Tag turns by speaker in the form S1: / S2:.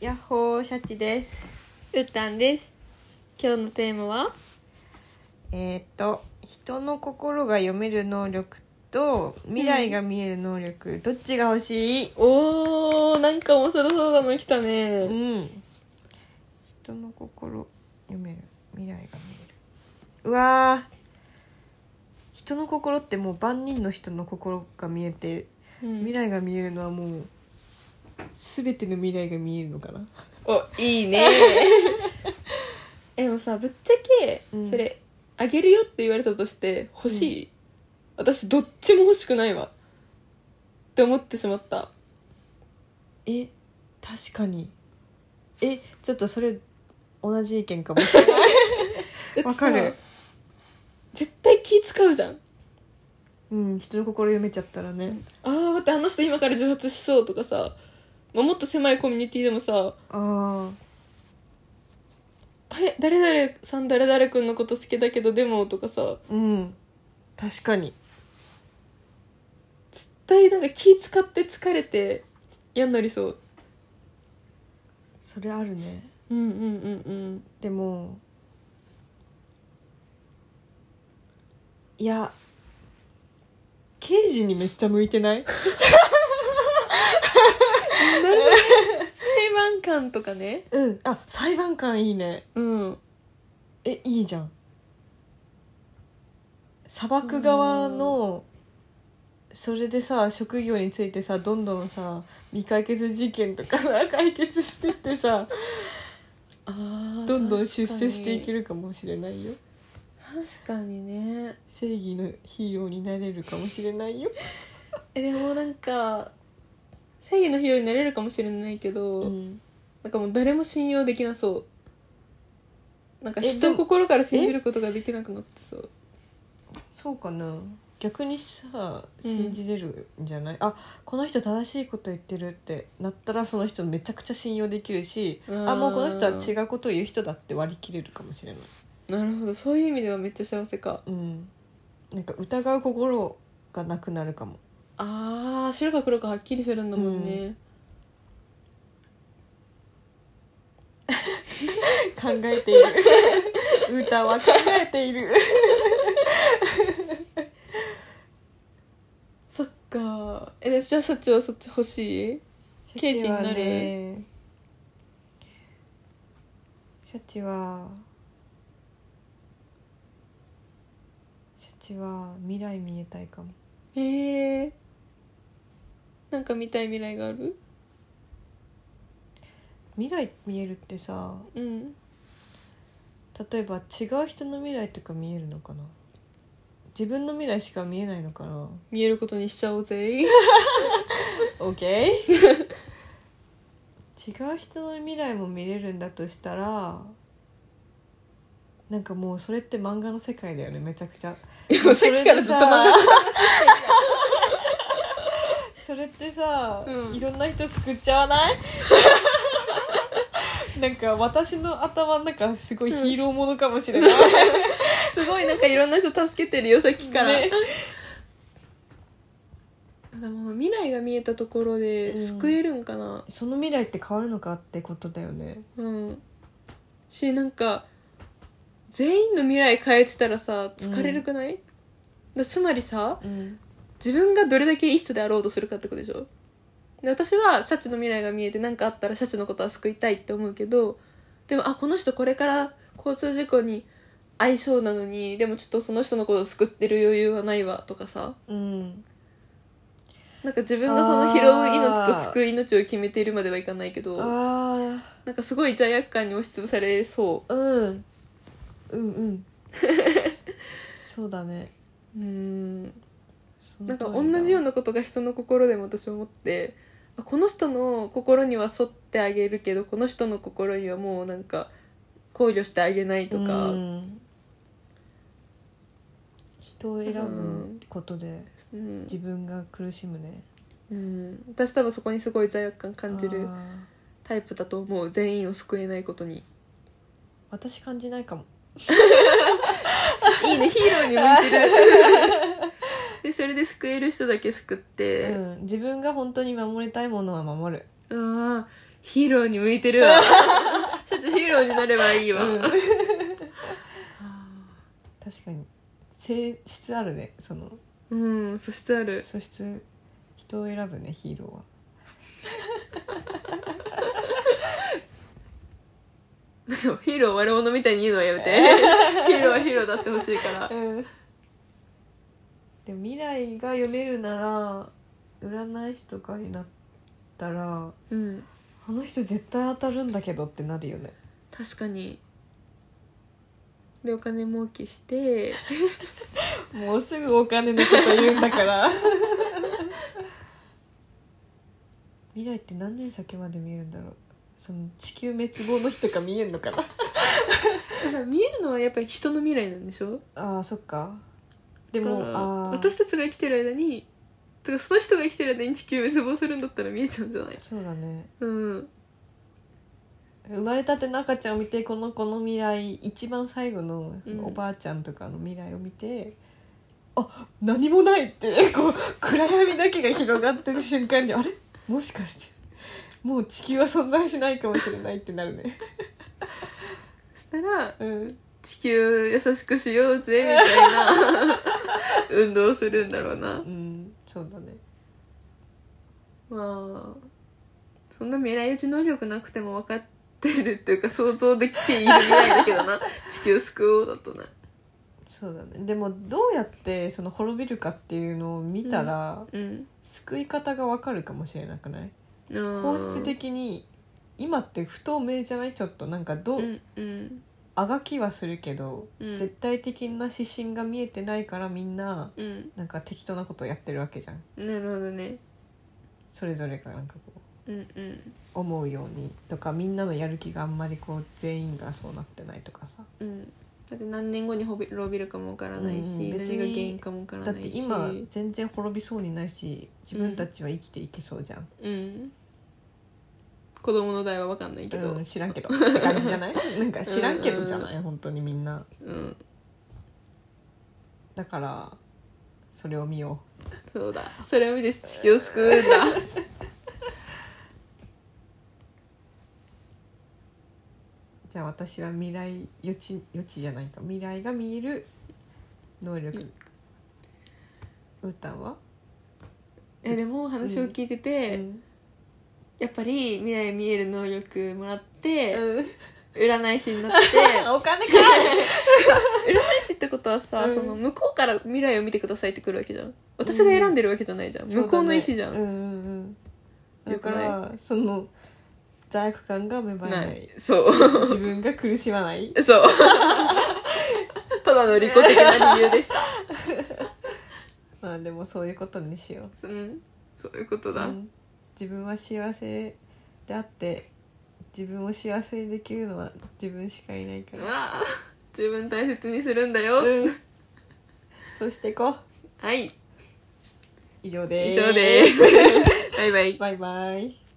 S1: ヤッホーシャチです
S2: うったんです今日のテーマは
S1: えーっと人の心が読める能力と未来が見える能力、どっちが欲しい
S2: おーなんか面白そうなの来た
S1: う
S2: ね
S1: ん人の心読める未来が見えるうわー人の心ってもう万人の人の心が見えて未
S2: 未来
S1: 来が見えるのはもう全ての未来が見えるのかな
S2: おいいねえでもさぶっちゃけ
S1: うん
S2: それ、あげるよって言われたとして欲しい、私どっちも欲しくないわって思ってしまった
S1: え確かにえちょっとそれ同じ意見かもしれない
S2: だってさ
S1: わかる
S2: 絶対気使うじゃん
S1: うん人の心読めちゃったらね
S2: ああ待ってあの人今から自殺しそうとかさ、まあ、もっと狭いコミュニティでもさ
S1: ああ
S2: 「え誰々さん誰々君のこと好きだけどでも」とかさ
S1: うん確かに
S2: 絶対なんか気使って疲れて嫌になりそう
S1: それあるね
S2: うんうんうん
S1: でもいや刑事にめっちゃ向いてない
S2: 裁判官とかね
S1: うんあ裁判官いいね
S2: うん
S1: えいいじゃん砂漠側のそれでさ職業についてさどんどんさ未解決事件とかさ 解決してってさ
S2: あ
S1: どんどん出世していけ
S2: る
S1: るかもしれないよ
S2: 確かにね
S1: 正義のヒーローになれるかもしれないよ、
S2: えでもなんか正義のヒーローになれるかもしれないけど、なんかもう誰も信用できなそうなんか
S1: え
S2: 人を心から信じることができなくなってそう
S1: そうかな逆にさ信じれるんじゃない、あこの人正しいこと言ってるってなったらその人めちゃくちゃ信用できるしあもうこの人は違うことを言う人だって割り切れるかもしれない
S2: なるほどそういう意味ではめっちゃ幸せか
S1: うんなんか疑う心がなくなるかも
S2: あー白か黒かはっきりするんだもんね、
S1: 考えている歌は考えている
S2: そっかえじゃあ社長はそっち欲しい刑事になる
S1: シャチはねシャチはシャチは未来見えたいかも
S2: へえなんか見たい未来がある
S1: 未来見えるってさ
S2: うん
S1: 例えば違う人の未来とか見えるのかな自分の未来しか見えないのかな
S2: 見えることにしちゃおう ぜ
S1: OK 違う人の未来も見れるんだとしたらなんかもうそれって漫画の世界だよねめちゃくち ゃ
S2: でもさっきからずっと漫画
S1: それってさ、
S2: うん
S1: いろんな人救っちゃわない なんか私の頭の中すごいヒーローものかもし れない、
S2: すごいなんかいろんな人助けてるよさっきから、
S1: ね
S2: なんかもう未来が見えたところで
S1: うん
S2: 救えるんかな
S1: その未来って変わるのかってことだよね
S2: うん、しなんか全員の未来変えてたらさ疲れるくない、だつまりさ
S1: うん
S2: 自分がどれだけいい人であろうとするかってことでしょで私はシャチの未来が見えて何かあったらシャチのことは救いたいって思うけどでもあこの人これから交通事故に遭いそうなのにでもちょっとその人のことを救ってる余裕はないわとかさ
S1: うん
S2: なんか自分がその拾う命と救う命を決めているまではいかないけど
S1: あ
S2: なんかすごい罪悪感に押しつぶされそ
S1: あうんうんうん そうだね
S2: ううん
S1: そ
S2: な
S1: の
S2: んか
S1: 通りだ
S2: 同じようなことが人の心でも私思ってあこの人の心には沿ってあげるけどこの人の心にはもうなんか考慮してあげないとか、
S1: うん人を選ぶことで
S2: うん
S1: 自分が苦しむね
S2: うん私多分そこにすごい罪悪感感じる
S1: あー
S2: タイプだと思う全員を救えないことに
S1: 私感じないかも
S2: いいねヒーローに向いてる でそれで救える人だけ救って、
S1: うん自分が本当に守りたいものは守る
S2: うん、ヒーローに向いてる わ社長ヒーローになればいいわ、
S1: うん 確かに性質あるねその
S2: うん、素質ある。
S1: 素質人を選ぶねヒーローは
S2: ヒーローを悪者みたいに言うのはやめて。 ヒーローはヒーローだってほしいから。
S1: でも未来が読めるなら占い師とかになったら
S2: うん。
S1: あの人絶対当たるんだけどってなるよね
S2: 確かに。で、お金儲けして、
S1: もうすぐお金のこと言うんだから 未来って何年先まで見えるんだろうその地球滅亡の日とか見えんのかな
S2: だから見えるのはやっぱり人の未来なんでしょ
S1: あーそっかで
S2: で
S1: もあー
S2: 私たちが生きてる間に、てかその人が生きてる間に地球滅亡するんだったら見えちゃうんじゃない
S1: そうだね
S2: うん。
S1: 生まれたての赤ちゃんを見てこの子の未来一番最後の
S2: うん
S1: おばあちゃんとかの未来を見て、あ何もないってこう暗闇だけが広がってる瞬間にあれもしかしてもう地球は存在しないかもしれないってなる ね。
S2: そしたら、
S1: うん、
S2: 地球優しくしようぜ、みた いな、運動するんだろうな
S1: う。ん、そうだね
S2: まあそんな未来予知能力なくても分かってるっていうか想像できている未来だけどな 地球救おうだとな
S1: そうだねでもどうやってその滅びるかっていうのを見たら、
S2: うん
S1: 救い方がわかるかもしれなくない本質的に今って不透明じゃないちょっとなんかどう、
S2: うんうん
S1: あがきはするけど、
S2: うん
S1: 絶対的な指針が見えてないからみんな
S2: うん
S1: なんか適当なことやってるわけじゃん
S2: なるほどね
S1: それぞれがなんかこう
S2: うんうん
S1: 思うようにとかみんなのやる気があんまりこう全員がそうなってないとかさ
S2: うんだって何年後に滅びるかもわからないし、
S1: うん別に
S2: 何が原因かもわから
S1: だっ
S2: な
S1: て
S2: いし
S1: 今全然滅びそうにないし自分たちは生きていけそうじゃん、
S2: うん子供の代は分かんないけど
S1: うん知らんけどって感じじゃ ないなんか知らんけどじゃない本当にみんな
S2: うん、
S1: だからそれを見よ
S2: そうだそれを見て地球を救うんだ
S1: うじゃあ私は未来予知予知じゃないか未来が見える能力うーたんは
S2: えでも話を聞いてて、
S1: うん
S2: やっぱり未来見える能力もらって、
S1: うん
S2: 占い師にな って
S1: お金か
S2: 占い師ってことはさ、
S1: うん
S2: その向こうから未来を見てくださいってくるわけじゃん私が選んでるわけじゃないじゃん、向こうの意思じゃん、
S1: うんうんうん、だ
S2: よく
S1: か
S2: ない
S1: らその罪悪感が芽生えない
S2: ない そう
S1: 自分が苦しまない
S2: そうただの利己的な理由でした
S1: まあでもそういうことにしよう
S2: うんそういうことだ、
S1: うん自分は幸せであって自分を幸せにできるのは自分しかいないから、
S2: まあ自分大切にするんだよ、
S1: うん、そうしていこう
S2: はい
S1: 以上で
S2: 以
S1: す
S2: 上ですバイバイ
S1: バイバイ